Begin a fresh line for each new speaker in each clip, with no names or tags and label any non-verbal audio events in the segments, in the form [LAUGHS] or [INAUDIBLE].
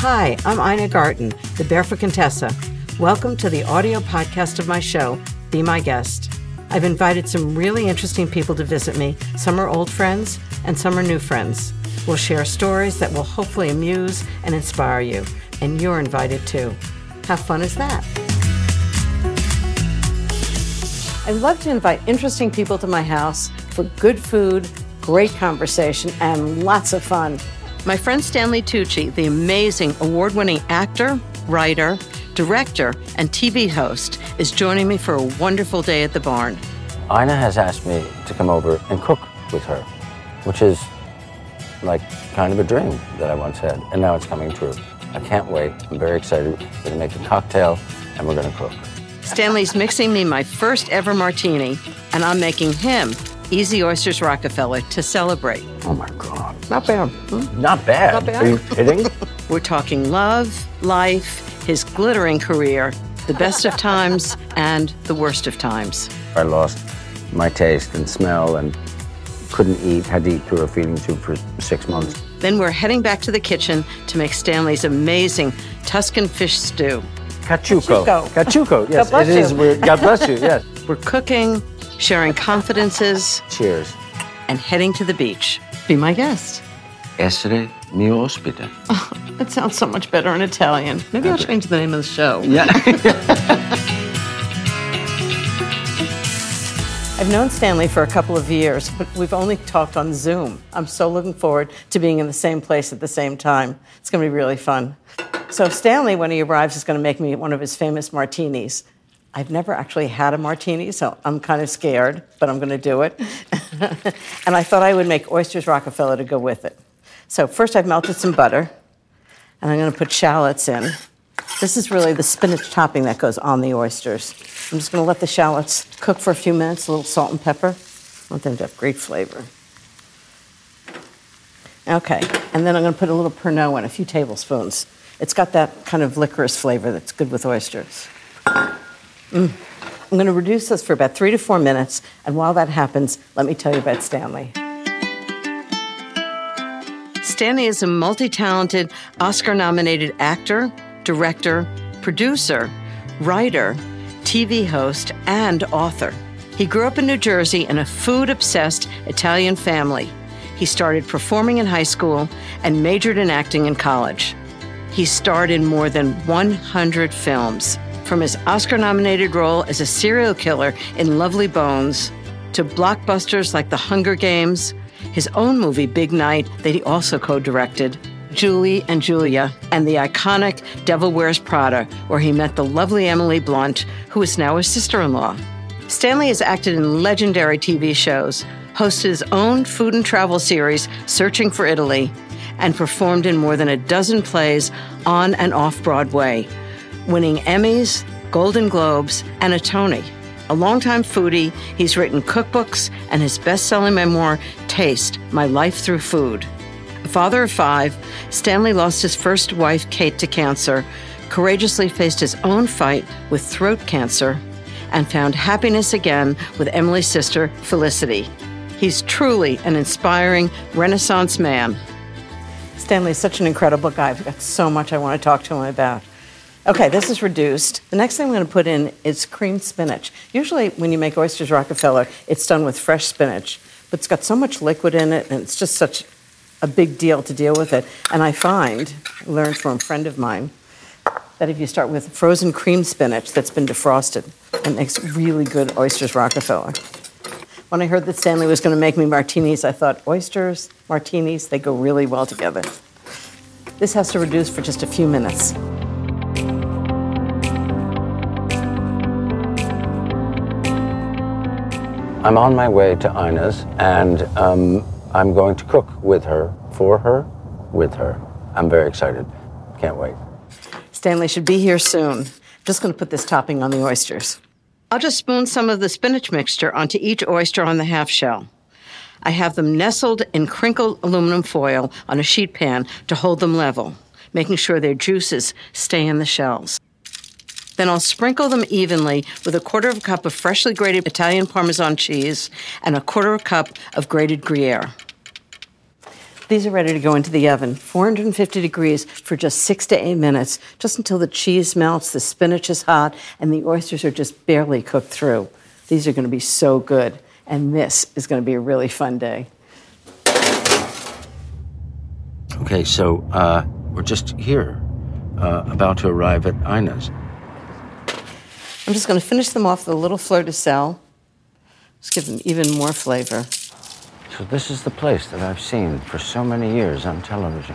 Hi, I'm Ina Garten, the Barefoot Contessa. Welcome to the audio podcast of my show, Be My Guest. I've invited some really interesting people to visit me. Some are old friends, and some are new friends. We'll share stories that will hopefully amuse and inspire you, and you're invited too. How fun is that? I love to invite interesting people to my house for good food, great conversation, and lots of fun. My friend Stanley Tucci, the amazing award winning actor, writer, director, and TV host, is joining me for a wonderful day at the barn.
Ina has asked me to come over and cook with her, which is like kind of a dream that I once had, and now it's coming true. I can't wait. I'm very excited. We're gonna make a cocktail and we're gonna cook.
Stanley's mixing me my first ever martini, and I'm making him Easy Oysters Rockefeller to celebrate.
Oh my god. Hmm?
Not bad.
Not bad.
Not bad.
Are you kidding? [LAUGHS]
We're talking love, life, his glittering career, the best of times, and the worst of times.
I lost my taste and smell and couldn't eat, had to eat through a feeding tube for six months.
Then we're heading back to the kitchen to make Stanley's amazing Tuscan fish stew.
Cachuco.
Cachuco.
Cachuco, yes.
bless
it is
you.
weird. God bless you, yes.
We're cooking, sharing confidences,
Cheers.
and heading to the beach. Be my guest.
Essere mio ospite.
That sounds so much better in Italian. Maybe I'll change the name of the show. [LAUGHS] I've known Stanley for a couple of years, but we've only talked on Zoom. I'm so looking forward to being in the same place at the same time. It's going to be really fun. So, Stanley, when he arrives, is going to make me one of his famous martinis. I've never actually had a martini, so I'm kind of scared, but I'm going to do it. [LAUGHS] and I thought I would make oysters Rockefeller to go with it. So, first, I've melted some butter, and I'm going to put shallots in. This is really the spinach topping that goes on the oysters. I'm just going to let the shallots cook for a few minutes, a little salt and pepper. I want them to have great flavor. Okay, and then I'm going to put a little Pernod in, a few tablespoons. It's got that kind of licorice flavor that's good with oysters. Mm. I'm going to reduce this for about three to four minutes, and while that happens, let me tell you about Stanley. Stanley is a multi talented, Oscar nominated actor, director, producer, writer, TV host, and author. He grew up in New Jersey in a food obsessed Italian family. He started performing in high school and majored in acting in college. He starred in more than 100 films, from his Oscar nominated role as a serial killer in Lovely Bones to blockbusters like The Hunger Games, his own movie Big Night that he also co directed, Julie and Julia, and the iconic Devil Wears Prada, where he met the lovely Emily Blunt, who is now his sister in law. Stanley has acted in legendary TV shows, hosted his own food and travel series, Searching for Italy, and performed in more than a dozen plays on and off Broadway, winning Emmys, Golden Globes, and a Tony. A longtime foodie, he's written cookbooks and his best selling memoir, Taste My Life Through Food. A father of five, Stanley lost his first wife, Kate, to cancer, courageously faced his own fight with throat cancer, and found happiness again with Emily's sister, Felicity. He's truly an inspiring Renaissance man. Stanley's such an incredible guy. I've got so much I want to talk to him about. Okay, this is reduced. The next thing I'm going to put in is creamed spinach. Usually, when you make oysters Rockefeller, it's done with fresh spinach, but it's got so much liquid in it, and it's just such a big deal to deal with it. And I find, learned from a friend of mine, that if you start with frozen cream spinach that's been defrosted, it makes really good oysters Rockefeller. When I heard that Stanley was going to make me martinis, I thought oysters, martinis, they go really well together. This has to reduce for just a few minutes.
I'm on my way to Ina's, and um, I'm going to cook with her, for her, with her. I'm very excited. Can't wait.
Stanley should be here soon. Just going to put this topping on the oysters. I'll just spoon some of the spinach mixture onto each oyster on the half shell. I have them nestled in crinkled aluminum foil on a sheet pan to hold them level, making sure their juices stay in the shells. Then I'll sprinkle them evenly with a quarter of a cup of freshly grated Italian Parmesan cheese and a quarter of a cup of grated Gruyere. These are ready to go into the oven, 450 degrees for just six to eight minutes, just until the cheese melts, the spinach is hot, and the oysters are just barely cooked through. These are going to be so good, and this is going to be a really fun day.
Okay, so uh, we're just here, uh, about to arrive at Ina's.
I'm just going to finish them off with a little fleur de sel. Just give them even more flavor.
So this is the place that I've seen for so many years on television.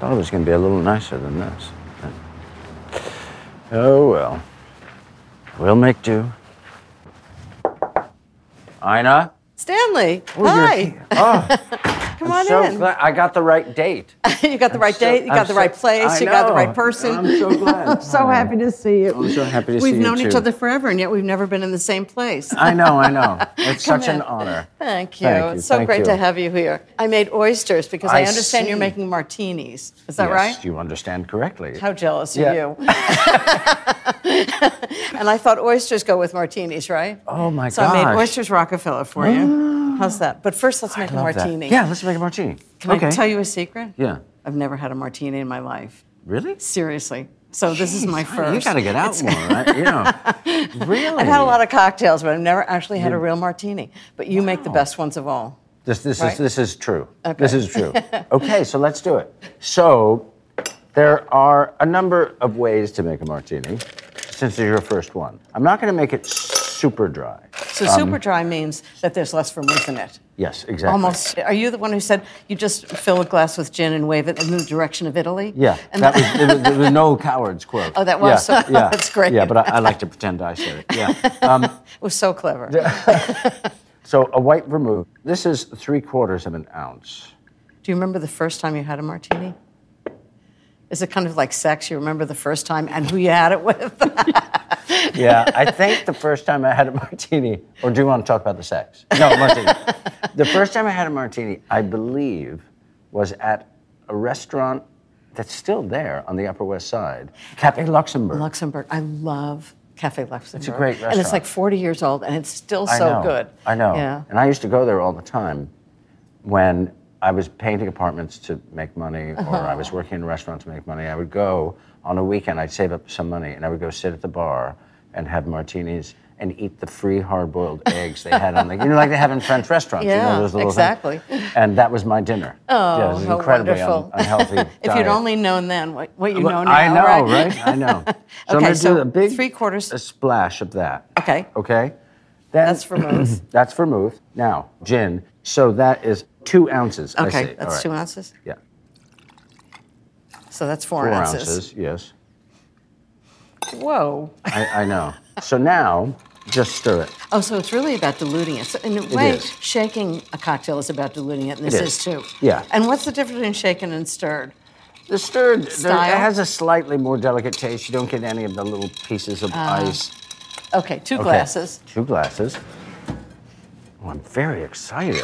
Thought it was going to be a little nicer than this. but- Oh well, we'll make do. Ina,
Stanley,
you're
hi.
here. Oh,
Come
I'm
on
so
in.
glad I got the right date.
[LAUGHS] you got the right
So-
date, you
I'm
got the
so-
right place,
I
you got the
know.
right person.
I'm so
[LAUGHS]
glad. I'm
so happy to see you.
I'm so happy to see
We've
you
known each
too.
other forever, and yet we've never been in the same place.
I know, I know. It's
Come
such
in.
an honor.
Thank you.
Thank you,
It's so
thank
great
you.
to have you here. I made oysters because I,
I
understand you're
see.
making martinis. Is that
yes,
right?
you understand correctly.
How jealous
Yeah.
are
[LAUGHS]
you? and I thought oysters go with martinis, right?
Oh, my
so So I
gosh. Ah.
made oysters Rockefeller for you. How's that? But first, let's make a
Love that.
martini.
Yeah, let's make a martini.
Can
okay.
I tell you a secret?
Yeah.
I've never had a martini in my life.
Really?
Seriously. So this is
Jeez,
my
Ina,
first.
You got to get out
It's-
more,
[LAUGHS]
right? You know. Really?
I've had a lot of cocktails, but I've never actually had a real martini. But you make the
Wow.
best ones of all.
This, this,
Right.
is, this is true.
Okay.
This
[LAUGHS]
is true. okay, so let's do it. So, there are a number of ways to make a martini, since it's your first one. I'm not going to make it super dry.
So super dry means that there's less vermouth in it.
Yes, exactly.
Almost. Are you the one who said you just fill a glass with gin and wave it in the direction of Italy?
Yeah,
And
that was, there was, there was no coward's quote.
[LAUGHS] Oh, that was-
Yeah, yeah,
that's great.
Yeah, but I, I like to pretend I said
[LAUGHS]
it. Yeah. Um,
it was so clever.
so a white vermouth. This is three quarters of an ounce.
Do you remember the first time you had a martini? Is it kind of like sex? You remember the first time and who you had it with? [LAUGHS]
Yeah, I think the first time I had a martini, or do you want to talk about the sex?
[LAUGHS]
No, martini. the first time I had a martini, I believe, was at a restaurant that's still there on the Upper West Side, Cafe Luxembourg.
Luxembourg. I love Cafe Luxembourg. It's
a great
And it's
restaurant.
like 40 years old and it's still
I
so
know,
good.
I know.
Yeah.
And I used to go there all the time when I was painting apartments to make money
Uh-huh.
or I was working in a restaurant to make money. I would go on a weekend, I'd save up some money and I would go sit at the bar and have martinis and eat the free
[LAUGHS]
hard-boiled eggs they had on the, you know, like they have in French restaurants. you
Yeah,
know, those little things.
exactly.
And that was my dinner.
Oh,
yeah, it was
how
incredibly un-
wonderful.
unhealthy
[LAUGHS] If you'd
diet.
only known then what, what you know now,
I know,
right?
I
[LAUGHS]
know. So I'm
Okay,
gonna
so
do a big
three quarters-
a splash of that.
Okay.
Okay. Then,
That's vermouth.
[CLEARS THROAT] that's vermouth. Now gin. So that is two ounces. I see.
Okay,
All
that's
right.
two ounces.
Yeah.
So that's four,
Four
ounces.
ounces. Yes.
Whoa.
I, I know. so now just stir it.
Oh, so it's really about diluting it. So in a way,
is.
shaking a cocktail is about diluting it, and this
It
is.
is.
too.
Yeah.
And what's the difference between shaken and stirred?
The stirred there,
Style?
it has a slightly more delicate taste. You don't get any of the little pieces of ice.
Okay, Uh, two
Okay,
glasses.
Two glasses. Oh, I'm very excited.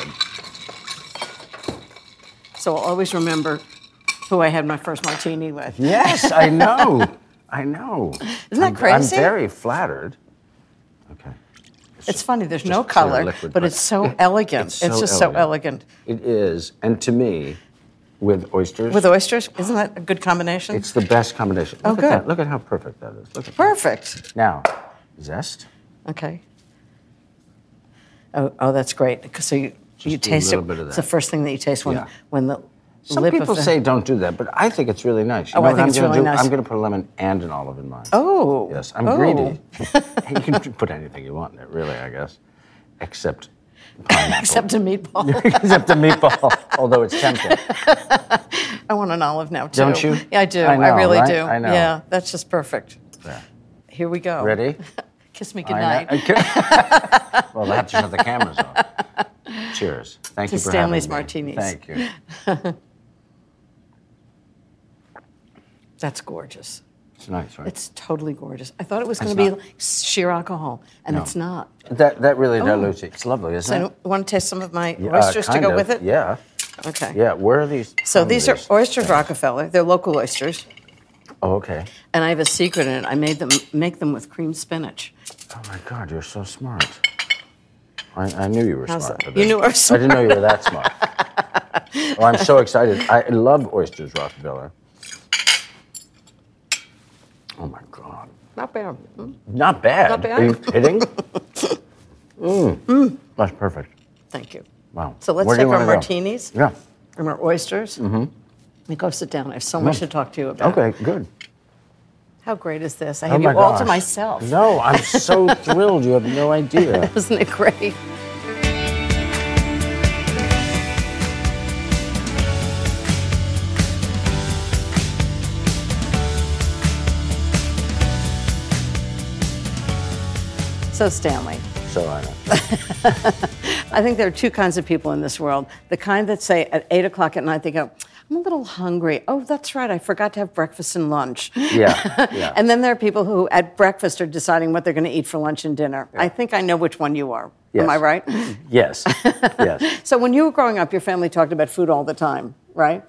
So I'll always remember who I had my first martini with.
Yes, I know. I know.
[LAUGHS] Isn't that
I'm-
crazy?
I'm very flattered. Okay.
It's funny, there's no
just pure
color,
liquid,
but
but-
it's
[LAUGHS]
so elegant. It's,
so
just so elegant.
elegant. It is, and to me, with oysters,
With oysters, isn't that a good combination?
it's the best combination.
Oh,
Look at
good.
that. Look at how perfect that is. Look at that.
Perfect.
Now, zest.
Okay. Oh, oh that's great. 'cause So you, you
Just do a
taste
little
it.
bit of
It's the
that.
first thing that you taste when,
Yeah.
when the
Some
lip
people
of the,
say don't do that, but I think it's really nice. You
Oh,
know
I
what
think
I'm
it's
gonna
really
do?
nice.
I'm going to put a lemon and an olive in mine.
Oh.
Yes, I'm
oh.
greedy. [LAUGHS] you can put anything you want in it, really, I guess, except [LAUGHS] pineapple.
[LAUGHS] Except a meatball.
except the meatball, [LAUGHS] although it's
[LAUGHS]
tempting.
I want an olive now too.
Don't you?
Yeah, I do. I,
I know,
really
right?
do.
I know.
Yeah, that's just perfect.
There.
Here we go.
Ready?
Kiss me
I
goodnight.
know- Okay. uh,
[LAUGHS]
well, they have to shut the cameras off. Cheers. Thank
To
you for
Stanley's
having me.
martinis.
Thank you.
That's gorgeous.
It's nice, right?
It's totally gorgeous. I thought it was
It's
going to be
not.
like sheer alcohol, and
No.
it's not.
that that really dilutes it. It's lovely,
Oh. So
isn't
I
it?
don't- want to taste some of my
Yeah, uh,
oysters to
kind
go
of,
with it?
Yeah.
Okay.
Yeah. Where are these?
So
from
these are oysters Rockefeller. They're local oysters,
Oh, okay.
and I have a secret in it. I made them make them with cream spinach.
Oh my God, you're so smart. I, I knew you were
How's
smart.
that?
for
You
this.
knew I was
I didn't know you were that
[LAUGHS]
smart. oh, I'm so excited. I love oysters, Rockefeller. Oh my God.
Not bad.
Not bad.
Not bad.
Are you
[LAUGHS]
kidding? mm. That's perfect.
Thank you.
Wow.
So let's
Where do
take
you
our
wanna go?
martinis
Yeah.
and our oysters. Mm-hmm. And go sit down. I have so much to talk to you about.
Okay, good.
How great is this? I
Oh
have you
my
all to
gosh.
myself. [LAUGHS]
No, I'm so thrilled. You have no idea.
Isn't it great? So, Stanley,
So I know.
I think there are two kinds of people in this world. The kind that say at 8 o'clock at night, they go, I'm a little hungry. Oh, that's right. I forgot to have breakfast and lunch. [LAUGHS]
Yeah. yeah.
And then there are people who at breakfast are deciding what they're going to eat for lunch and dinner. I think I know which one you are. Am
Yes. Mm-hmm.
I right? [LAUGHS]
yes. Yes.
So when you were growing up, your family talked about food all the time, right?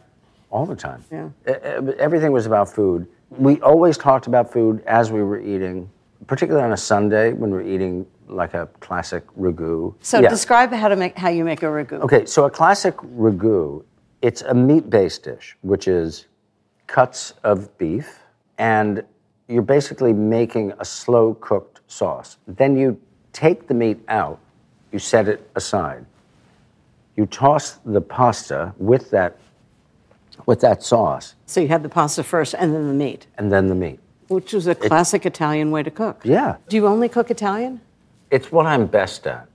All the time.
Yeah.
E- e- Everything was about food. We always talked about food as we were eating, particularly on a Sunday when we're eating like a classic ragu.
So
Yeah.
describe how to make how you make a ragu.
Okay, so a classic ragu, it's a meat-based dish, which is cuts of beef, and you're basically making a slow-cooked sauce. Then you take the meat out, you set it aside. You toss the pasta with that with that sauce,
So you had the pasta first and then the meat,
and then the meat.
which was a classic Italian way to cook.
Yeah,
Do you only cook Italian?
it's what I'm best at.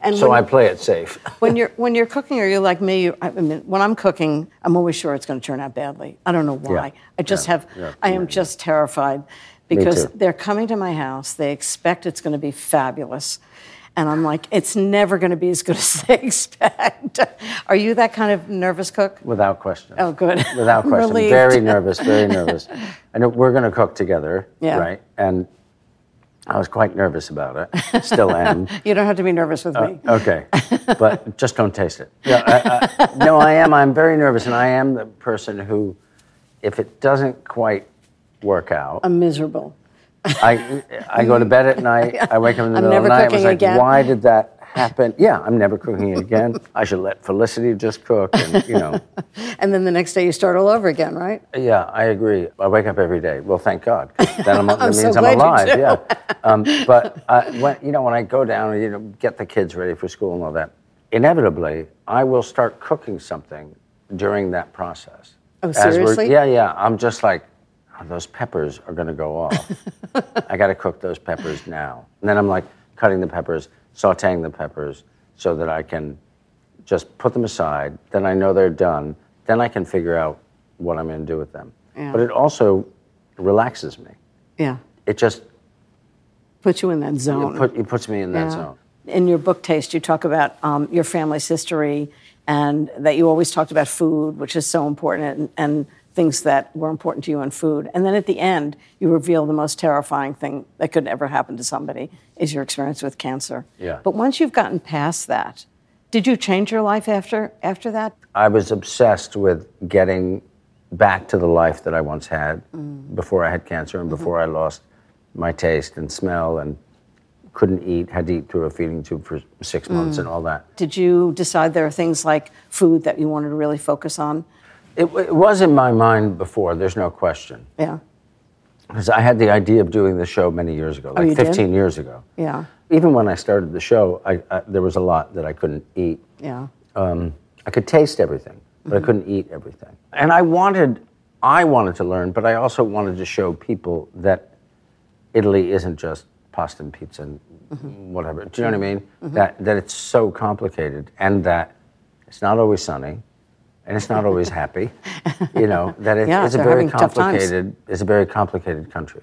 And
So I
when,
play it safe. [LAUGHS]
when you're when you're cooking, are you like me? You, I mean, when I'm cooking, I'm always sure it's going to turn out badly. I don't know why.
Yeah.
I just
Yeah.
have.
Yeah.
I am just terrified because
too.
they're coming to my house. They expect it's going to be fabulous, and I'm like, it's never going to be as good as [LAUGHS] they expect. are you that kind of nervous cook?
Without question.
Oh, good.
[LAUGHS] Without
I'm
question.
relieved.
Very nervous, very
[LAUGHS]
nervous. I know we're going to cook together,
Yeah.
right? And I was quite nervous about it. Still
[LAUGHS]
am.
You don't have to be nervous with
Uh.
me.
Okay. But just don't
[LAUGHS]
taste it. Yeah, I, I, no, I am. I'm very nervous. And I am the person who, if it doesn't quite work out,
I'm miserable.
I, I go to bed at night. I wake up in the
I'm
middle of
never
the night. I
cooking
was like,
again.
why did that happen? Yeah, I'm never cooking again. I should let Felicity just cook and, you know.
And then the next day you start all over again, right?
Yeah, I agree. I wake up every day. Well, thank God. 'cause
[LAUGHS]
Then I'm, that
I'm
means
so glad
I'm
you
alive.
do.
Yeah.
[LAUGHS]
Um, but I, when, you know, when I go down and you know get the kids ready for school and all that, inevitably I will start cooking something during that process.
Oh,
As we're-
seriously?
Yeah, yeah. I'm just like, "Oh, those peppers are going to go
[LAUGHS]
off. I got to cook those peppers now. And then I'm like cutting the peppers, sautéing the peppers, so that I can just put them aside. Then I know they're done. Then I can figure out what I'm going to do with them.
Yeah.
But it also relaxes me.
Yeah.
It just
Puts you in that zone.
put, it puts me in that
Yeah.
zone.
In your book, Taste, you talk about um, your family's history and that you always talked about food, which is so important, and, and things that were important to you in food. And then at the end, you reveal the most terrifying thing that could ever happen to somebody is your experience with cancer.
Yeah.
But once you've gotten past that, did you change your life after after that?
I was obsessed with getting back to the life that I once had
Mm.
before I had cancer
Mm-hmm.
and before I lost my taste and smell and couldn't eat, had to eat through a feeding tube for six months
Mm.
and all that.
Did you decide there are things like food that you wanted to really focus on?
It, w- it was in my mind before, there's no question.
Yeah.
Because I had the idea of doing the show many years ago, like
Oh, you did?
15 years ago.
Yeah.
Even when I started the show, I, I, there was a lot that I couldn't eat.
Yeah.
um, I could taste everything, but
Mm-hmm.
I couldn't eat everything. And I wanted, I wanted to learn, but I also wanted to show people that Italy isn't just pasta and pizza and
Mm-hmm.
whatever. Do you know what I mean? That that it's so complicated, and that it's not always sunny, and it's not always
[LAUGHS]
happy. You know that it,
Yeah,
it's a
they're
very
having tough times.
complicated, it's a very complicated country.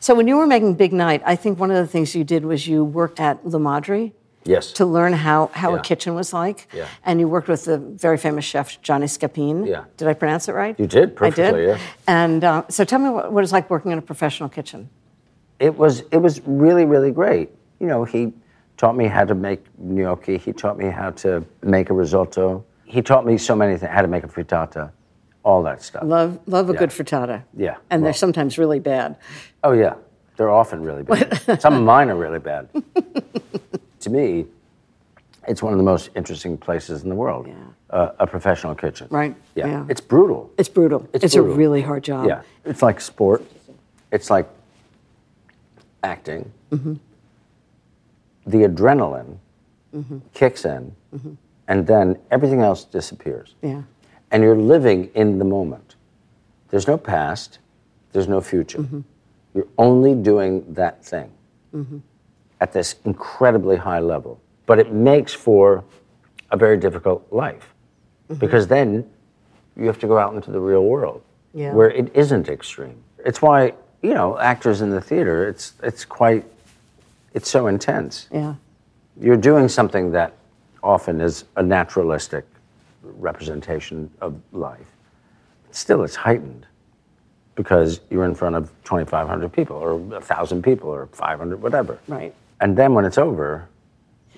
So when you were making Big Night, I think one of the things you did was you worked at La Madre
Yes.
to learn how, how a
Yeah.
kitchen was like.
Yeah.
And you worked with the very famous chef, Johnny Scapin.
Yeah.
Did I pronounce it right?
You did
I
perfectly,
did.
yeah.
And uh, so tell me what, what it's like working in a professional kitchen.
it was it was really really great. You know, he taught me how to make gnocchi. He taught me how to make a risotto. He taught me so many things, how to make a frittata, all that stuff.
Love, love a
Yeah.
good frittata.
Yeah,
And
well.
they're sometimes really bad.
Oh yeah,
[LAUGHS]
[LAUGHS] they're often really bad. Some of mine are really bad. to me, It's one of the most interesting places in the world.
Yeah.
Uh, a professional kitchen.
Right,
Yeah.
yeah.
It's brutal.
It's brutal.
It's
It's,
brutal.
a really hard job.
yeah. It's like sport. It's like acting. The adrenaline kicks in, and then everything else disappears.
Yeah.
And you're living in the moment. There's no past, there's no future. You're only doing that thing at this incredibly high level. But it makes for a very difficult life because then you have to go out into the real world
Yeah.
where it isn't extreme. It's why, you know, actors in the theater, it's, it's quite, it's so intense
Yeah.
you're doing something that often is a naturalistic representation of life. Still, it's heightened because you're in front of 2,500 people or 1,000 people or 500, whatever.
Right.
And then when it's over,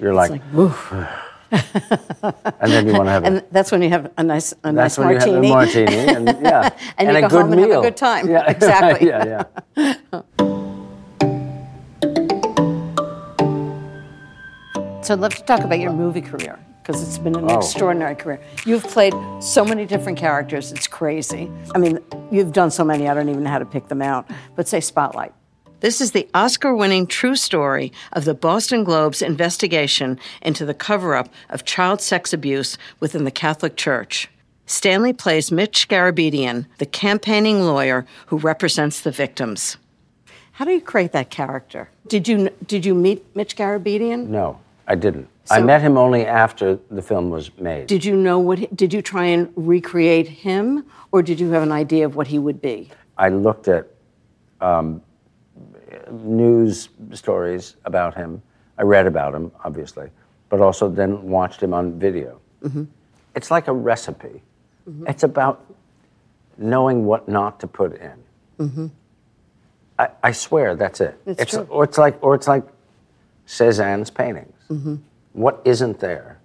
you're
It's
like,
like, woof.
and then you want to
[LAUGHS]
have
And
a,
that's when you have a nice, a nice
that's when
martini.
you have a martini and
[LAUGHS]
yeah,
And you
a
go
good
home and have a
meal.
good time.
Yeah, [LAUGHS]
Exactly.
yeah, yeah.
So let's talk about your movie career because it's been an
Oh.
extraordinary career. You've played so many different characters, it's crazy. I mean, you've done so many, I don't even know how to pick them out. But say Spotlight.
This is the Oscar winning true story of the Boston Globe's investigation into the cover up of child sex abuse within the Catholic Church. Stanley plays Mitch Garabedian, the campaigning lawyer who represents the victims.
How do you create that character? Did you did you meet Mitch Garabedian?
No, I didn't. I
So-
met him only after the film was made.
Did you know what? he- Did you try and recreate him, or did you have an idea of what he would be?
I looked at um, news stories about him. I read about him, obviously, but also then watched him on video.
Mm-hmm.
It's like a recipe. It's about knowing what not to put in. I, I swear, that's it.
Mm-hmm. It's true.
Or it's like, or it's like Cezanne's paintings.
Mm-hmm.
What isn't there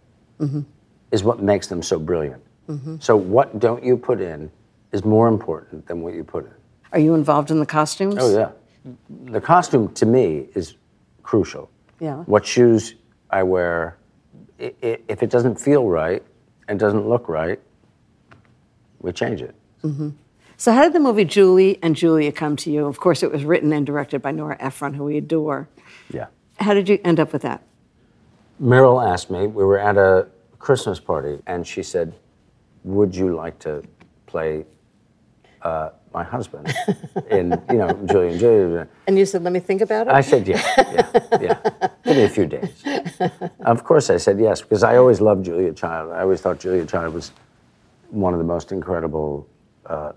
is what makes them so brilliant.
Mm-hmm.
So what don't you put in is more important than what you put in.
Are you involved in the costumes?
Oh yeah, the costume to me is crucial.
Yeah.
What shoes I wear, i- i- if it doesn't feel right and doesn't look right, we change it.
So, how did the movie Julie and Julia come to you? Of course, it was written and directed by Nora Ephron, who we adore.
Yeah.
How did you end up with that?
Meryl asked me. We were at a Christmas party, and she said, "Would you like to play uh, my husband in you know Julie and Julia?"
And you said, "Let me think about it."
I said yes. Yeah, yeah. Give me a few days. Of course, I said yes because I always loved Julia Child. I always thought Julia Child was one of the most incredible, uh,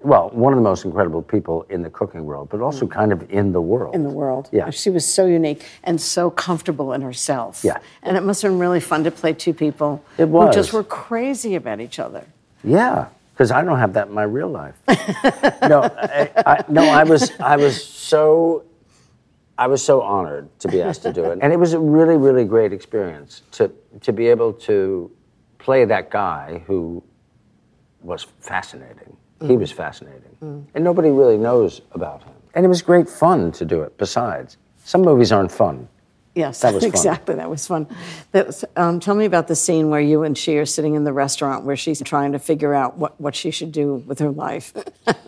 well, one of the most incredible people in the cooking world, but also kind of in the world.
in the world.
Yeah.
She was so unique and so comfortable in herself.
Yeah.
And it must have been really fun to play two people who
It was.
just were crazy about each other.
Yeah, because I don't have that in my real life. [LAUGHS] no, I, I, no, I was, I was so, I was so honored to be asked to do it, and it was a really, really great experience to to be able to play that guy who was fascinating. He was fascinating, and nobody really knows about him. And it was great fun to do it. Besides, some movies aren't fun.
Yes,
That was fun.
exactly. That was fun. That was, um, tell me about the scene where you and she are sitting in the restaurant where she's trying to figure out what, what she should do with her life.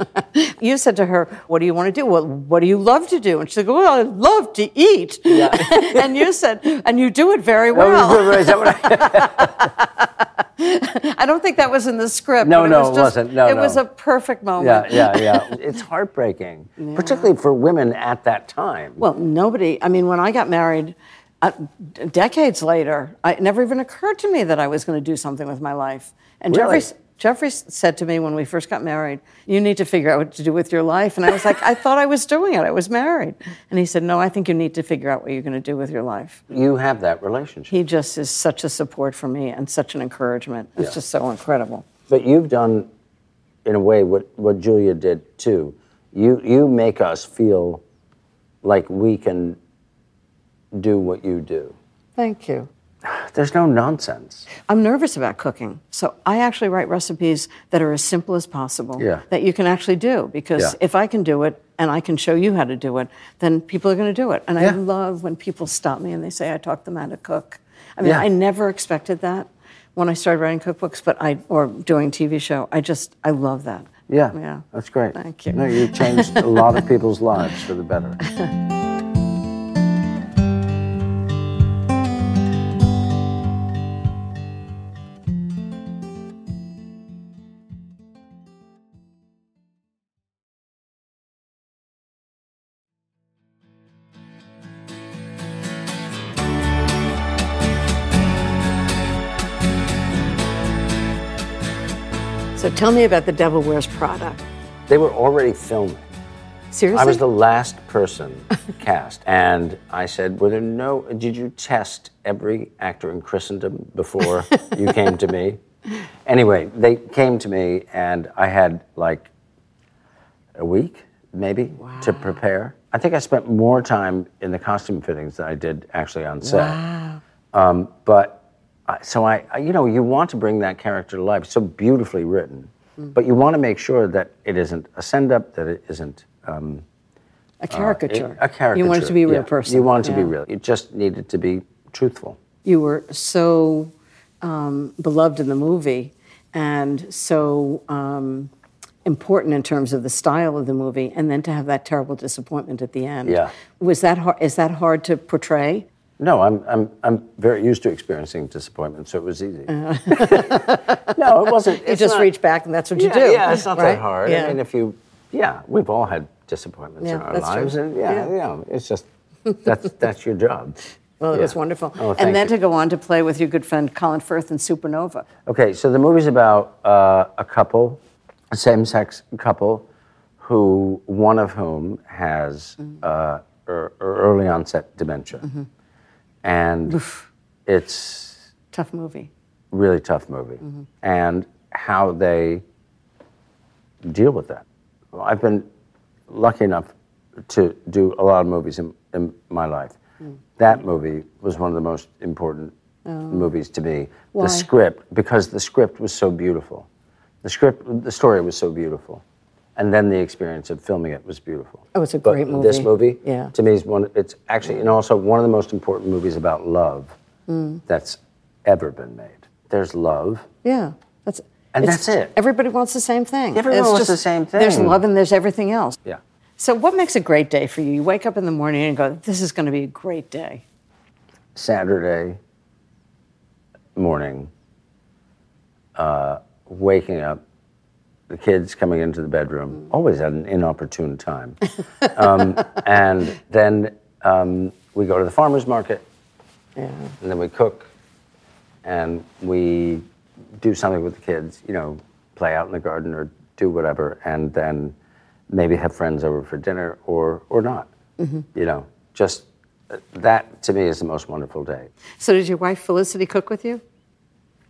[LAUGHS] you said to her, What do you want to do? Well, what do you love to do? And she said, Well, I love to eat. [LAUGHS] and you said, And you do it very
That was-
well.
Oh, is that what I-
I don't think that was in the script.
No,
but
no,
was
it
just-
wasn't. No,
it
no.
was a perfect moment.
Yeah, yeah, yeah. It's heartbreaking, particularly for women at that time.
Well, nobody. I mean, when I got married, uh, d- decades later, I, it never even occurred to me that I was going to do something with my life. And
Really?
Jeffrey, s- Jeffrey s- said to me when we first got married, "You need to figure out what to do with your life." And I was like, "I thought I was doing it. I was married." And he said, "No, I think you need to figure out what you're going to do with your life."
you have that relationship.
He just is such a support for me and such an encouragement. It's
Yeah.
just so incredible.
But you've done, in a way, what, what Julia did too. You, you make us feel like we can do what you do.
Thank you.
There's no nonsense.
I'm nervous about cooking, so I actually write recipes that are as simple as possible
Yeah.
that you can actually do. Because
Yeah.
if I can do it and I can show you how to do it, then people are going to do it. And
Yeah.
I love when people stop me and they say I talked them how to cook. I mean,
Yeah.
I never expected that when I started writing cookbooks, but I or doing TV show. I just I love that.
Yeah.
Yeah.
That's great.
Thank you.
No, you changed a lot of people's lives for the better.
So tell me about the Devil Wears Prada.
They were already filming.
Seriously?
I was the last person cast, and I said, "Were there no? Did you test every actor in Christendom before you came to me?" Anyway, they came to me, and I had like a week, maybe, to prepare. I think I spent more time in the costume fittings than I did actually on set. Um, but I, so I, I, you know, you want to bring that character to life. It's so beautifully written, but you want to make sure that it isn't a send-up, that it isn't. Um,
a caricature.
uh, a caricature.
You wanted to be a real
yeah.
person.
You wanted to be
Yeah.
real. It just needed to be truthful.
you were so um, beloved in the movie and so um, important in terms of the style of the movie, and then to have that terrible disappointment at the end.
Yeah.
Was that hard? Is that hard to portray?
No, I'm, I'm, I'm very used to experiencing disappointment, so it was easy. [LAUGHS] no, it wasn't.
Uh. You
it's
just
not-
reach back, and that's what
yeah,
you do.
Yeah, it's not
right?
that hard.
Yeah.
I mean, if you, yeah, we've all had disappointments in
Yeah,
our
that's true.
lives, and yeah,
Yeah.
yeah, it's just that's that's your job.
[LAUGHS] well, it was
Yeah.
wonderful.
Oh, thank
and then
you.
to go on to play with your good friend Colin Firth in Supernova.
Okay, so the movie's about uh, a couple, a same sex couple, who one of whom has uh, er, er- early onset dementia. And it's
Tough movie.
really tough movie.
Mm-hmm.
And how they deal with that. Well, I've been lucky enough to do a lot of movies in, in my life.
Mm.
That movie was one of the most important movies to me.
Oh. Why?
The script, because the script was so beautiful. The script, the story was so beautiful. And then the experience of filming it was beautiful.
Oh, it's a
But
great
This
movie.
movie,
Yeah.
to me, is one. It's actually, and also one of the most important movies about love that's ever been made. There's love.
Yeah. That's
And
it's-
that's it.
Everybody wants the same thing.
Everyone
It's
wants the same
There's
thing.
love and there's everything else.
Yeah.
So, what makes a great day for you? You wake up in the morning and go, This is going to be a great day.
Saturday morning, uh, waking up, the kids coming into the bedroom, always at an
[LAUGHS]
inopportune time. um, and then um, we go to the farmer's market,
Yeah.
and then we cook, and we do something with the kids, you know, play out in the garden or do whatever, and then maybe have friends over for dinner or, or not. You know, just uh, that to me is the most wonderful day.
So, did your wife Felicity cook with you?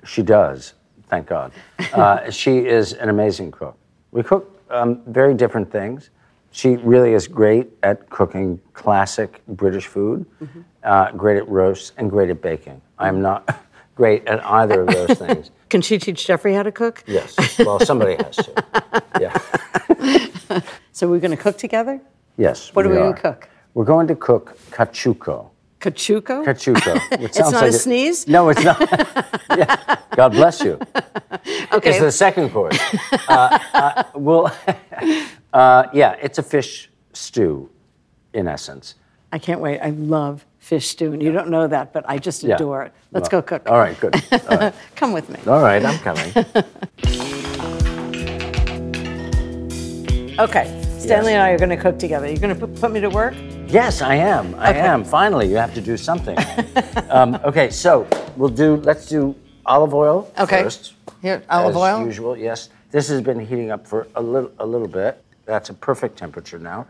She does, thank God. Uh, she is an amazing cook. We cook um, very different things. She really is great at cooking classic British food, uh, great at roasts, and great at baking. I'm not [LAUGHS] great at either of those things.
Can she teach Jeffrey how to cook?
Yes, well, somebody
[LAUGHS]
has to. Yeah.
So, we're going to cook together?
Yes.
What are we gonna
are.
cook?
We're going to cook cachuco.
Cachuco? [LAUGHS]
Cachuco. which
It's
sounds
not
like
a sneeze?
No,
[LAUGHS]
it's not. yeah. God bless you.
okay.
It's the second
[LAUGHS]
course. uh, uh, well, [LAUGHS] uh, yeah, it's a fish stew, in essence.
I can't wait. I love fish stew, and you don't know that, but I just
Yeah.
adore it. Let's
Well,
go cook.
All right,
[LAUGHS]
good. All right,
Come with me.
all right I'm coming.
Okay. Stanley and I are going to cook together. You're going to put, put me to work?
Yes, I am. I
Okay.
am. Finally, you have to do something. um, okay, so we'll do. Let's do olive oil
Okay.
first.
Here, olive
as
oil?
usual. Yes, this has been heating up for a little, a little bit. That's a perfect temperature now.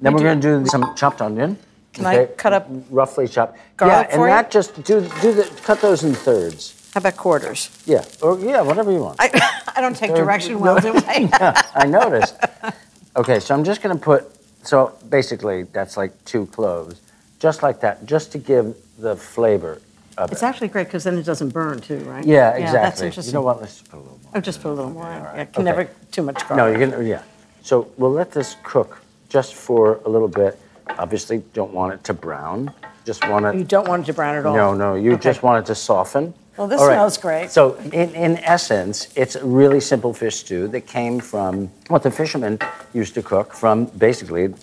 Then we're going to do some chopped onion.
Can I cut up
roughly chopped?
garlic
yeah, and
for you?
that just do do the cut those in thirds.
How about quarters?
Yeah, or yeah, whatever you want.
I, [LAUGHS] I don't take direction well, do
[LAUGHS]
I?
I noticed. [LAUGHS] Okay, so I'm just going to put, so basically that's like two cloves, just like that, just to give the flavor of
It's
it.
actually great because then it doesn't burn too, right?
Yeah, exactly.
That's interesting.
You know what? Let's just put a little more.
Oh, just put a little more. in. Yeah,
Okay.
can never too much garlic.
No, you're going to, yeah. So we'll let this cook just for a little bit. Obviously, don't want it to brown. just want
You
it.
don't want it to brown at all?
No, no, you
Okay.
just want it to soften.
Well, this
All
smells great.
So, in, in essence, it's a really simple fish stew that came from what the fishermen used to cook from basically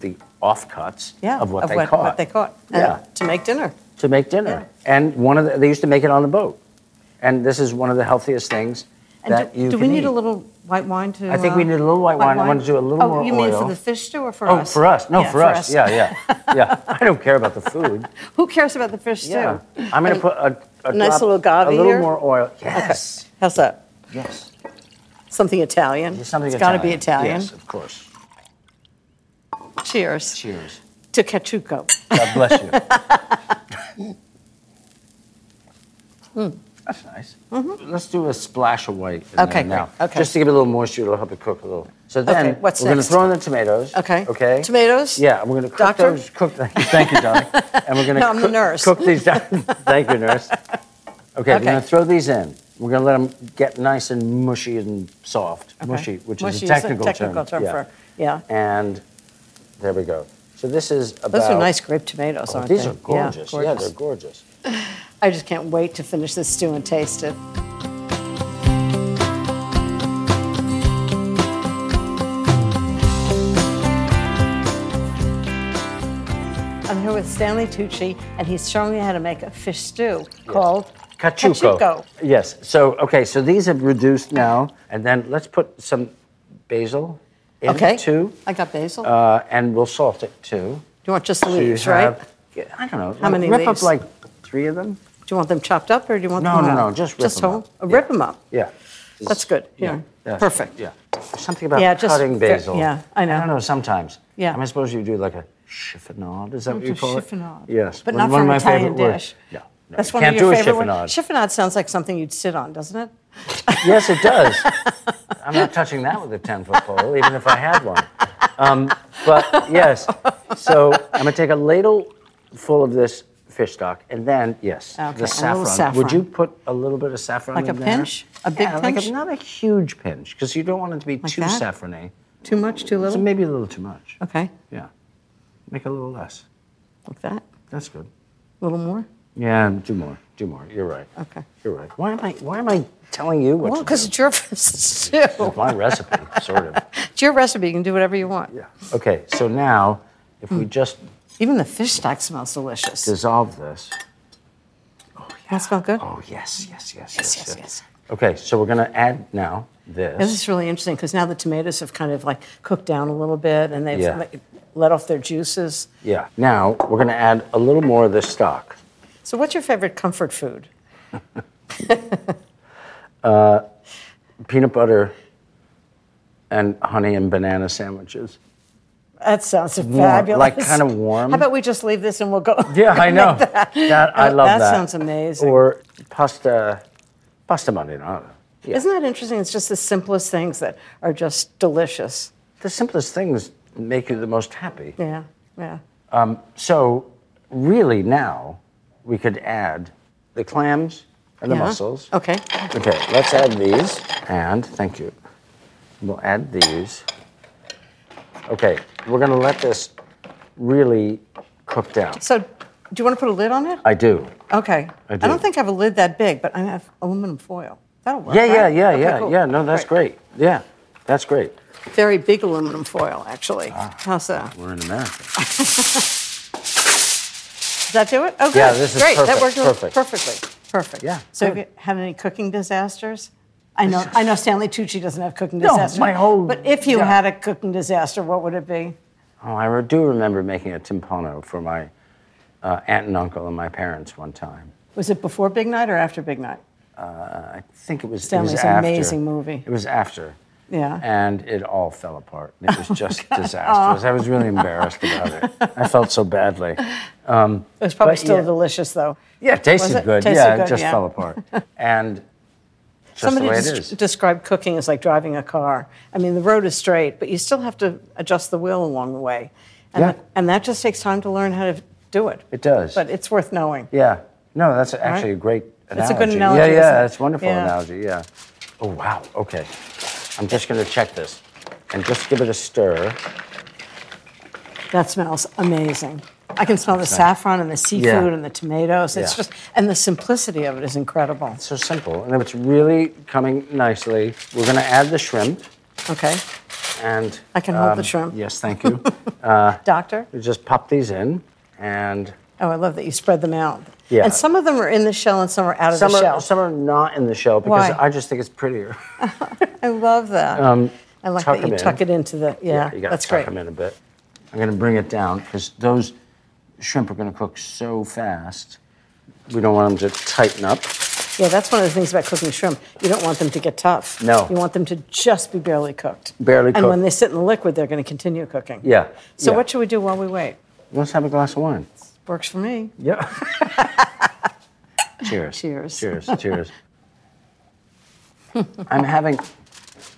the offcuts
Yeah,
of what they
what,
caught.
what they caught. and
Yeah.
To make dinner.
to make dinner. And one of the, they used to make it on the boat. And this is one of the healthiest things
And
that
do,
you
do
can
we need
eat.
a little white wine to?
I think we
uh,
need a little white wine. I wanna do a little
oh,
more
you mean for
oil.
the fish stew or for
Oh,
us?
for us? No,
Yeah,
for, us.
[LAUGHS]
Yeah, yeah, yeah. I don't care about the food.
Who cares about the fish stew?
Yeah, I'm gonna put a, a
nice
drop-
little agave
a little
here?
more oil. Yes,
How's that?
yes.
Something Italian.
There's something
It's got to be Italian.
Yes, of course.
Cheers
Cheers.
to cachuco.
God bless you.
[LAUGHS]
Hmm.
Hmm.
That's nice. Let's do a splash of white. in
Mm-hmm. Okay,
there
great.
now,
Okay.
just to give it a little moisture, it'll help it cook a little. So then
what's
we're going
next?
to throw in the tomatoes.
Okay.
Okay.
Tomatoes?
Yeah, and we're going to cook
Doctor?
those. Cook. Thank
[LAUGHS]
you, darling. and we're going to.
No, I'm the nurse.
Cook these down. [LAUGHS] thank you, nurse. Okay, we're
Okay.
going to throw these in. We're going to let them get nice and mushy and soft.
Okay.
Mushy, which
Mushy
is a technical,
technical term,
Yeah.
for yeah.
And there we go. So this is about.
Those are nice grape tomatoes,
Oh,
aren't
these
they?
are gorgeous.
Yeah,
Yeah,
gorgeous.
they're gorgeous.
I just can't wait to finish this stew and taste it. I'm here with Stanley Tucci, and he's showing me how to make a fish stew called
Cachuco.
cachuco.
Yes. So okay. So these have reduced now, and then let's put some basil in it,
Okay.
too,
I got basil. Do
uh, and we'll salt it too.
you want just the
So you
leaves, right?
have- yeah, I don't know.
How many
Rip
leaves?
up like three of them.
Do you want them chopped up, or do you want
No,
them
no,
whole?
no, just rip
just
them
whole?
up.
Uh, Rip them up.
Yeah.
That's good. Yeah.
That's-
Perfect.
Yeah. There's Something about
Yeah, just
cutting
fair-
basil.
yeah, I know.
I don't know. Sometimes.
Yeah.
I, mean, I suppose you do like a chiffonade. Is that what you
to
call
chiffonade.
it? Yes.
but
one-
not
one
for
of
an
my
Italian
favorite words.
dish.
No, no,
That's
you
one
can't
of your
do
favorite
a
ones.
chiffonade.
Chiffonade sounds like something you'd sit on, doesn't it?
Yes, it does. I'm not touching that with a 10 foot pole, even if I had one. Um, but yes, so I'm going to take a ladle full of this fish stock and then, yes,
Okay, a
the
little
saffron.
saffron.
Would you put a little bit of saffron
Like
in
a
there?
pinch? A big
yeah, Like
pinch?
a, not a huge pinch, because you don't want it to be
Like
too
that?
saffrony.
Too much, too
So
little?
maybe a little too much.
Okay,
Yeah. Make a little less.
like that.
That's good.
A little more?
Yeah, do more. Do more. You're right.
Okay.
You're right. Why am I, why am I telling you what
Well,
to
because
do?
it's your [LAUGHS] stew.
It's my recipe, sort of.
It's your recipe. You can do whatever you want.
Yeah. Okay, so now if we just
Even the fish stock smells delicious.
dissolve this.
That smell good?
Oh, yes, yes, yes, yes.
yes, yes.
Okay, so we're going to add now
This
this.
is really interesting because now the tomatoes have kind of like cooked down a little bit and they've
Yeah.
let- let off their juices.
Yeah. Now we're going to add a little more of this stock.
So, what's your favorite comfort food?
Peanut butter and honey and banana sandwiches.
That sounds fabulous.
like kind of warm.
How about we just leave this and we'll go?
[LAUGHS] Yeah, I know. That, I
That-
love
that
that.
sounds amazing.
Or pasta, pasta marinara.
[LAUGHS]
Yeah.
Isn't that interesting? It's just the simplest things that are just delicious.
The simplest things make you the most happy.
Yeah, yeah.
So, really, now we could add the clams and the
Yeah.
mussels.
Okay.
Okay, let's add these. And thank you. We'll add these. Okay, we're gonna let this really cook down.
So, do you want to put a lid on it?
I do.
Okay.
I
I don't
do.
think I have a lid that big, but I have aluminum foil. That'll work.
Yeah, yeah,
right?
yeah,
Okay,
yeah,
cool.
yeah. No, that's great. Yeah, that's great. Ah.
Very big aluminum foil, actually. How's that?
We're in America.
Does that do it? Oh, good.
Yeah, this is
Great. That
perfect,
worked
perfect.
perfectly. Perfect.
Yeah,
So, have you
good.
had any cooking disasters? I know, I know Stanley Tucci doesn't have cooking
No,
disasters.
my whole-
But if you
yeah.
had a cooking disaster, what would it be?
Oh, I re- do remember making a timpano for my uh, aunt and uncle and my parents one time.
Was it before Big Night or after Big Night?
I think it was it
Stanley's
was after.
amazing movie.
It was after.
Yeah.
And it all fell apart.
[LAUGHS]
It
Oh,
was just disastrous. I was really embarrassed about it. I felt so badly. Um,
It was probably
But,
still
yeah.
delicious, though.
yeah, it tasted
Was it?
good.
Tasted
yeah,
good,
it just
yeah.
fell
[LAUGHS]
apart. And just
Somebody
the way
des-
it is.
described cooking as like driving a car. I mean, the road is straight, but you still have to adjust the wheel along the way. And,
Yeah.
th- and that just takes time to learn how to do it.
It does.
But it's worth knowing.
yeah. No, that's actually a great analogy.
It's a good analogy,
Yeah,
isn't
yeah,
it?
that's a wonderful
Yeah.
analogy. Yeah. Oh wow. Okay. I'm just going to check this and just give it a stir.
That smells amazing. I can smell the saffron and the seafood
Yeah.
and the tomatoes. It's
Yeah.
just, and the simplicity of it is incredible.
So simple, and it's really coming nicely. We're going to add the shrimp,
Okay,
and um,
I can hold the shrimp.
Yes,
[LAUGHS]
thank you.
doctor.
You just pop these in, and
Oh, I love that you spread them out.
Yeah.
And some of them are in the shell and some are out of
some
the
are,
shell.
some are not in the shell because
Why?
I just think it's prettier.
I love that. I like
Um, tuck
that you
'em
tuck
in.
it into the, yeah,
you got
that's
to tuck
great.
them in a bit. I'm going to bring it down because those shrimp are going to cook so fast. We don't want them to tighten up.
Yeah, that's one of the things about cooking shrimp. You don't want them to get tough.
No.
You want them to just be barely cooked.
Barely
And when
cooked.
they sit in the liquid, they're going to continue cooking.
Yeah.
So
yeah.
what should we do while we wait?
Let's have a glass of wine.
Works for me.
Yeah. [LAUGHS] cheers.
Cheers.
Cheers. Cheers. I'm having,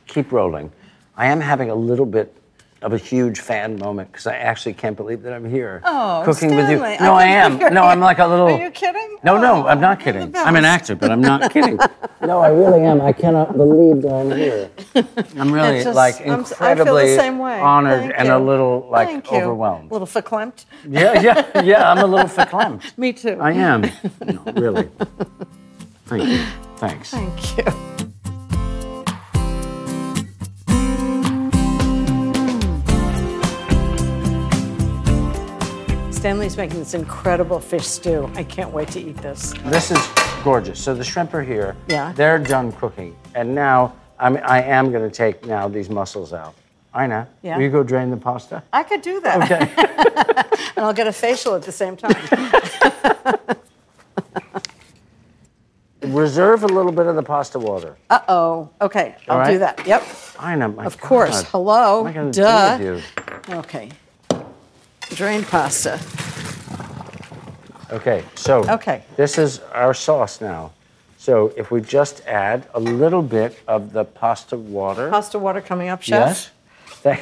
keep rolling. I am having a little bit of a huge fan moment because I actually can't believe that I'm here
Oh,
cooking with
Stanley,
you. No,
I
I,
didn't
am.
know you were
No, I'm like a little.
Are you kidding?
No, no,
Oh,
I'm not
you're
kidding.
the
I'm an
best.
actor, but
[LAUGHS]
I'm not kidding. no, I really am. I cannot believe that I'm here. [LAUGHS] I'm really
It's just-
like
I'm s- I feel the
incredibly
same way.
honored
Thank
and
you.
a little like
Thank you.
overwhelmed.
A little verklempt.
Yeah, yeah, yeah. I'm
[LAUGHS]
a little verklempt.
Me too.
I am.
[LAUGHS]
No, really. Thank you. Thanks. [LAUGHS]
Thank you. Stanley's making this incredible fish stew. I can't wait to eat this.
This is gorgeous. So the shrimp are here.
Yeah.
They're done cooking, and now I'm I am going to take now these mussels out. Ina,
Yeah.
will you go drain the pasta?
I could do that. [LAUGHS]
Okay.
and I'll get a facial at the same
[LAUGHS]
time.
Reserve a little bit of the pasta water.
Uh oh. Okay, I'll
All
do
right.
that. Yep.
Ina, my
Of course.
God.
Hello.
What am I gonna
Duh.
Do with you?
Okay. Drain pasta.
Okay, so
Okay.
this is our sauce now. So if we just add a little bit of the pasta water.
Pasta water coming up, chef.
Yes. Thank,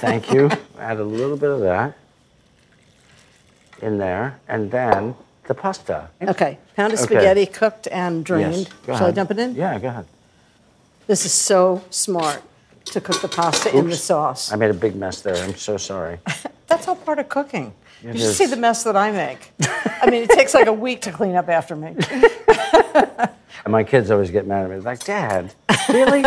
thank you. Add a little bit of that in there, and then the pasta.
Okay. Pound of
Okay.
spaghetti cooked and
Yes.
drained.
go
Shall I
ahead.
dump it in?
Yeah, go ahead.
This is so smart to cook the pasta in the
Oops.
sauce.
I made a big mess there. I'm so sorry.
That's all part of cooking. You
It
should see
is.
the mess that I
[LAUGHS]
make. I mean, it takes like a week to clean up after me.
And my kids always get mad at me. They're Like, Dad,
[LAUGHS]
really?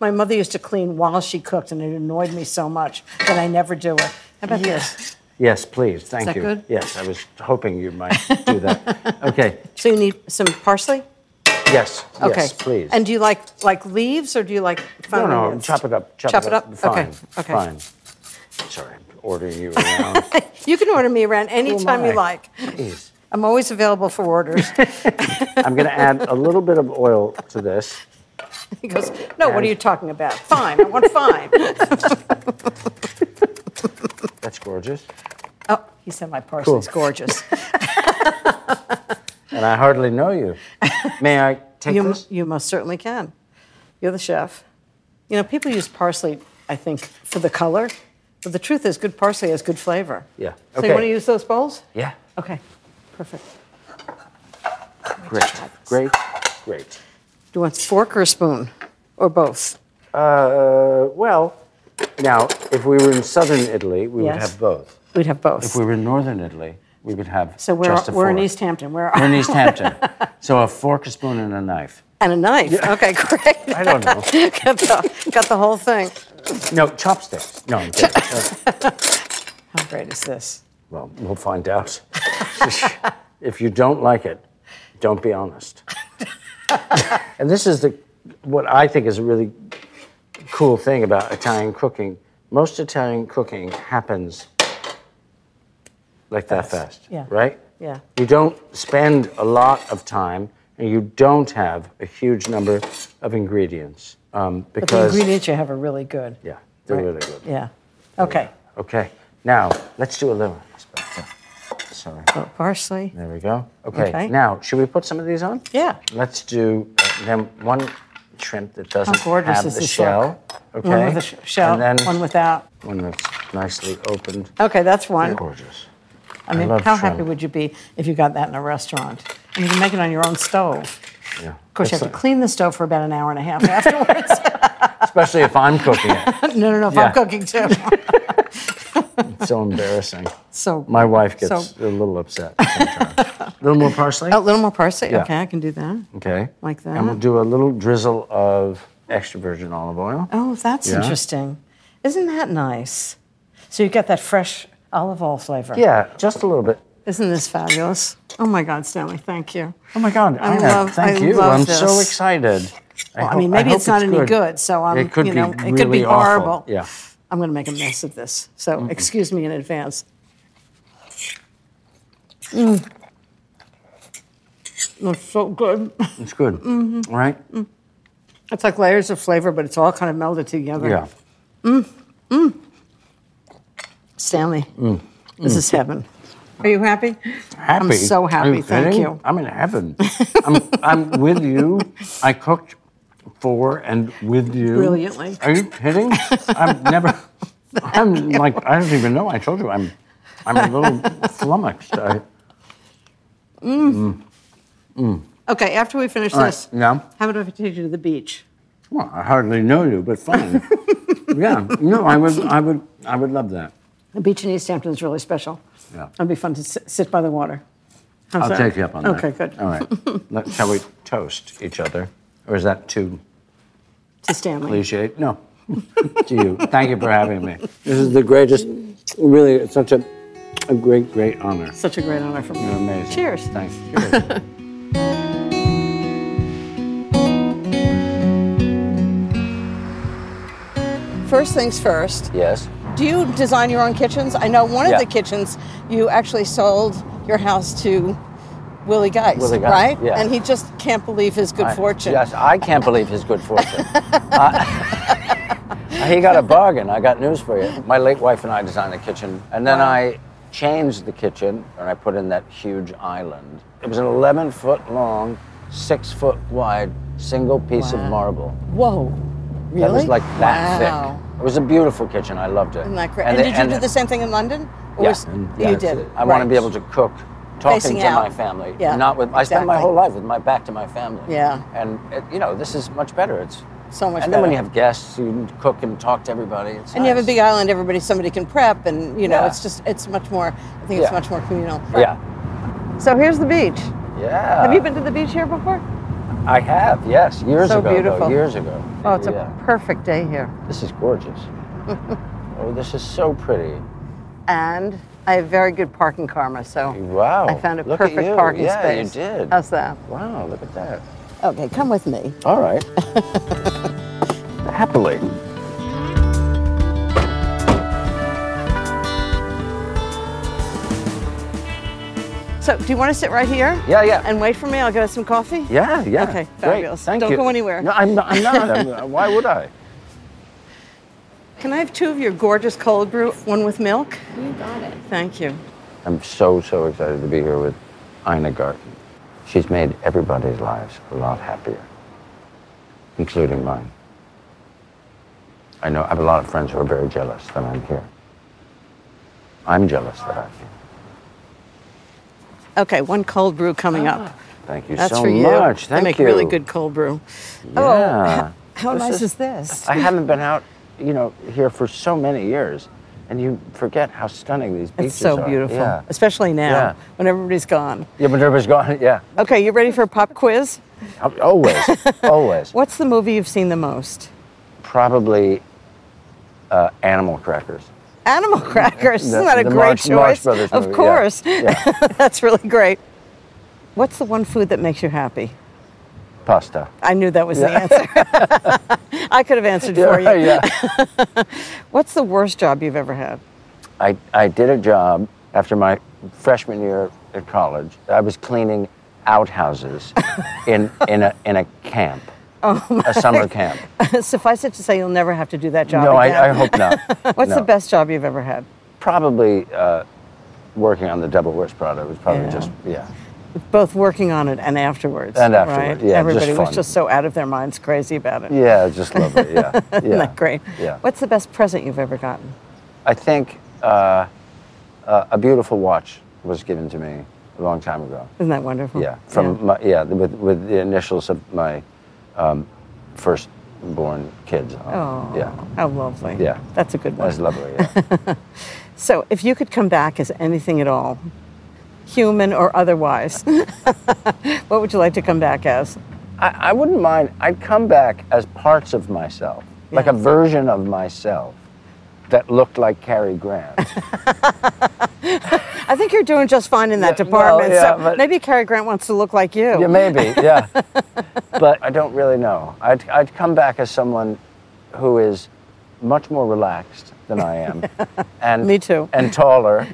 My mother used to clean while she cooked, and it annoyed me so much that I never do it. How about this?
yes, please. Thank
that
you.
good?
Yes, I was hoping you might do
[LAUGHS]
that. Okay.
So you need some parsley?
Yes.
Okay.
Yes, please.
And do you like like leaves or do you like
No,
finely
no,
minced?
chop it up. Chop,
Chop it up?
Fine.
Okay, okay.
Fine. Sorry, I'm ordering you
[LAUGHS]
around.
You can order me around anytime you
my.
like.
Jeez.
I'm always available for
[LAUGHS]
orders.
I'm going to add a little bit of oil to this.
He goes, No, what are you talking about? Fine, I want fine.
[LAUGHS] That's gorgeous.
oh, he said my parsley's
Cool. [LAUGHS]
gorgeous.
And I hardly know you. May I take
You,
this?
you most certainly can. You're the chef. You know, people use parsley, I think, for the color, but the truth is, good parsley has good flavor.
Yeah.
So you want to
Okay.
use those bowls?
Yeah.
Okay, perfect.
Great. Great. Great.
Do you want fork or spoon, or both?
Uh, well, now, if we were in southern Italy, we would
Yes.
have both.
We'd have both.
If we were in northern Italy, we would have
so we're,
just a
we're in
fork.
East Hampton. We're, [LAUGHS]
We're in East Hampton. so a fork, a spoon, and a knife.
and a knife. Okay, great.
[LAUGHS] I don't
[LAUGHS]
know.
got, the, got the whole thing.
No, chopsticks. No, I'm kidding.
[LAUGHS] How great is this?
Well, we'll find out. [LAUGHS] if you don't like it, don't be honest. [LAUGHS] and this is the what I think is a really cool thing about Italian cooking. Most Italian cooking happens like that fast,
yeah.
right?
Yeah.
You don't spend a lot of time, and you don't have a huge number of ingredients um,
But the
because
ingredients you have are really good.
yeah, they're
Right.
really good.
Yeah. Okay.
Okay, now let's do a little. Sorry.
Oh, parsley.
There we go. Okay,
Okay.
now, should we put some of these on?
Yeah.
Let's do uh, then one shrimp that doesn't
How gorgeous
have
is
the
this
shell. Okay.
One with a sh- shell,
And then
one without.
one that's nicely opened.
Okay, that's one.
Gorgeous.
I mean,
love
how
shrimp.
happy would you be if you got that in a restaurant? And you can make it on your own stove.
Yeah.
Of course, you have to clean the stove for about an hour and a half [LAUGHS] afterwards.
Especially if I'm cooking it.
no, no, no, if
Yeah.
I'm cooking too.
It's so embarrassing.
So
My wife gets
So-
a little upset sometimes. a little more parsley?
a little more parsley.
Yeah.
Okay, I can do that.
Okay.
Like
And we'll
that.
do a little drizzle of extra virgin olive oil.
Oh, that's
Yeah.
interesting. Isn't that nice? So you get that fresh olive oil flavor.
Yeah, just a little bit.
Isn't this fabulous? Oh my God, Stanley, thank you.
Oh my God,
I
Ina,
love-
thank
I
you.
love
I'm so
this.
excited.
Well, I,
hope-
mean, maybe
hope
it's not any good, so I'm,
it could
Um, you know,
be
it could be
really awful.
horrible.
Yeah.
I'm going to make a mess of this. So excuse me in advance. Mm. That's so good.
It's good.
Mm-hmm.
Right?
It's like layers of flavor, but it's all kind of melded together.
Yeah.
Stanley,
Mm.
this is heaven. Are you happy?
Happy.
I'm so happy.
Are you
Thank
kidding?
you.
I'm in
[LAUGHS]
heaven. I'm, I'm with you. I cooked for and with you.
Brilliantly.
Are you kidding?
[LAUGHS]
I've never. I'm like I don't even know. I told you I'm. I'm a little flummoxed. I,
Okay, after we finish
right,
this,
yeah.
how about if I take you to the beach?
well, I hardly know you,
[LAUGHS]
but fine. yeah. No, I would. I would. I would love that.
The beach in East Hampton is really special.
Yeah.
It'd be fun to sit, sit by the water. How's
I'll
that?
take you up on that.
Okay, good. [LAUGHS]
All right. Let, shall we toast each other, or is that too
To Stanley.
cliche. No, [LAUGHS] to you. Thank you for having me. This is the greatest, really, it's such a, a great, great honor.
Such a great honor for me.
You're amazing.
Cheers.
Thanks. Cheers.
[LAUGHS] First things first,
yes.
do you design your own kitchens? I know one
Yeah.
of the kitchens you actually sold your house to Willie Geist,
Willie Geist,
right?
yeah.
And he just can't believe his good fortune.
Yes, I can't believe his good fortune. I- [LAUGHS] he got a bargain. I got news for you. My late wife and I designed the kitchen, and then I changed the kitchen, and I put in that huge island. It was an 11 foot long, six foot wide, single piece of
Wow.
marble.
Whoa. Really?
That was like that
wow.
thick. It was a beautiful kitchen. I loved it.
Isn't that great?
And
And,
the-
did you
and
do
the-
the same thing in London? Or
Yeah.
was-
Yeah.
You did.
I want to be
right.
able to cook, talking
Facing
to my
out.
family.
Yeah,
Not with. I spend my
exactly.
whole life with my back to my family.
Yeah.
And it, you know, this is much better. It's
So much
And then when you
better.
have guests, you can cook and talk to everybody. It's
And you have a
nice.
big island, everybody, somebody can prep, and you know,
Yeah.
it's just, it's much more, I think it's
Yeah.
much more communal.
Yeah. Uh,
So here's the beach.
Yeah.
Have you been to the beach here before?
I have. Yes. Years
So
ago. though,
beautiful.
years ago.
Oh, it's
Yeah.
a perfect day here.
This is
[LAUGHS]
gorgeous. oh, this is so pretty.
And I have very good parking karma, so
Wow.
I found a
look at
perfect
you.
parking
yeah,
space.
you did.
How's that?
Wow. Look at that.
Okay, come with me. [LAUGHS]
All right. Happily.
So, do you want to sit right here?
Yeah, yeah.
And wait for me? I'll get us some coffee?
Yeah, yeah.
Okay,
Great.
fabulous.
Thank
Don't
you.
go anywhere.
No, I'm not.
[LAUGHS]
I'm not. I'm- why would I?
Can I have two of your gorgeous cold brew, one with milk?
You got it.
Thank you.
I'm so, so excited to be here with Ina Garten. She's made everybody's lives a lot happier, including mine. I know I have a lot of friends who are very jealous that I'm here. I'm jealous that I'm here.
Okay, one cold brew coming up.
Ah, Thank you
That's
so
for you.
much. Thank
they make
you.
really good cold brew. Oh,
Yeah.
How nice is, this?
I haven't been out, you know, here for so many years, and you forget how stunning these beaches
It's so
are.
beautiful,
Yeah.
especially now
Yeah.
when everybody's gone.
Yeah, but everybody's gone. [LAUGHS] Yeah,
Okay, you ready for a pop quiz?
always,
[LAUGHS]
always.
What's the movie you've seen the most?
Probably uh, animal crackers.
Animal Crackers.
The-
Isn't that a
the
great
Marx-
choice?
Marx Brothers
of
movie, yeah.
course.
Yeah.
[LAUGHS] That's really great. What's the one food that makes you happy?
Pasta.
I knew that was the answer. [LAUGHS] I could have answered [LAUGHS] for you.
[LAUGHS] yeah.
What's the worst job you've ever had? [LAUGHS]
I, I did a job after my freshman year at college. I was cleaning
[LAUGHS]
outhouses in in a in a camp,
Oh
a summer camp.
Suffice it to say, you'll never have to do that job
No,
again.
I, I hope not.
[LAUGHS] What's the
No.
best job you've ever had?
Probably uh, working on the double worst product was probably
Yeah.
just yeah.
Both working on it and afterwards.
And
right?
afterward, yeah, just
Everybody was
fun.
just so out of their minds, crazy about it.
Yeah, just
[LAUGHS]
lovely. Yeah, yeah.
Isn't that great?
Yeah.
What's the best present you've ever gotten?
I think uh, uh, a beautiful watch was given to me a long time ago.
Isn't that wonderful?
Yeah, from yeah, my, yeah with, with the initials of my um, firstborn kids. on it.
Oh,
yeah,
how Oh, lovely.
Yeah.
That's a good
that
one. [LAUGHS]
was lovely. Yeah.
So, if you could come back as anything at all, human or otherwise, [LAUGHS] what would you like to come back as?
I, I wouldn't mind. I'd come back as parts of myself, like a
Yes.
version of myself that looked like Cary Grant.
I think you're doing just fine in that
Yeah,
department.
well, yeah,
so
but-
maybe Cary Grant wants to look like you.
yeah, maybe. [LAUGHS] Yeah, but I don't really know. I'd I'd come back as someone who is much more relaxed than I
[LAUGHS]
am, and
Me too. [LAUGHS]
and taller,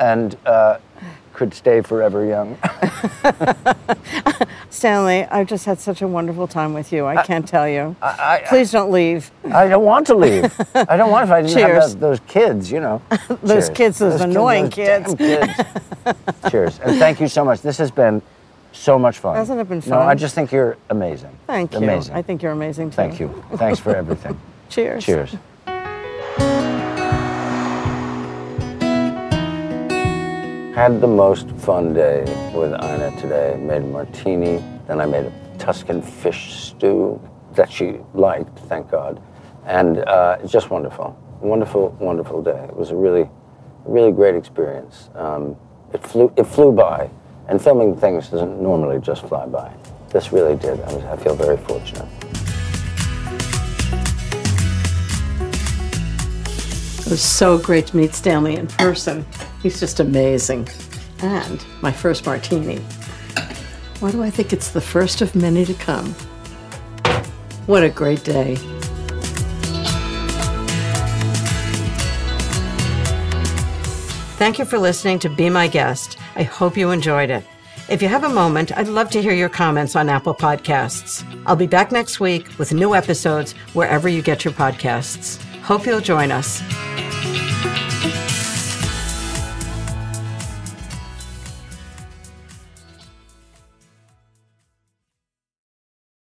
and uh, could stay forever young.
Stanley, I've just had such a wonderful time with you. I can't tell you.
I- I-
Please don't leave.
I don't want to leave. I don't want if I didn't have
Cheers.
those, those kids, you know.
[LAUGHS] Those kids, those annoying
those
[LAUGHS]
damn kids. Cheers. And thank you so much. This has been so much fun.
Hasn't it been
No, I
fun?
just think you're amazing.
Thank you.
Amazing.
I think you're amazing too.
Thank you. Thanks for
[LAUGHS]
everything.
Cheers.
Cheers. Had the most fun day with Ina today. Made a martini, then I made a Tuscan fish stew that she liked, thank God. And uh, it's just wonderful. Wonderful, wonderful day. It was a really, really great experience. Um, it, flew, it flew by, and filming things doesn't normally just fly by. This really did. I, was, I feel very fortunate.
It was so great to meet Stanley in person. He's just amazing. And my first martini. Why do I think it's the first of many to come? What a great day.
Thank you for listening to Be My Guest. I hope you enjoyed it. If you have a moment, I'd love to hear your comments on Apple Podcasts. I'll be back next week with new episodes wherever you get your podcasts. Hope you'll join us.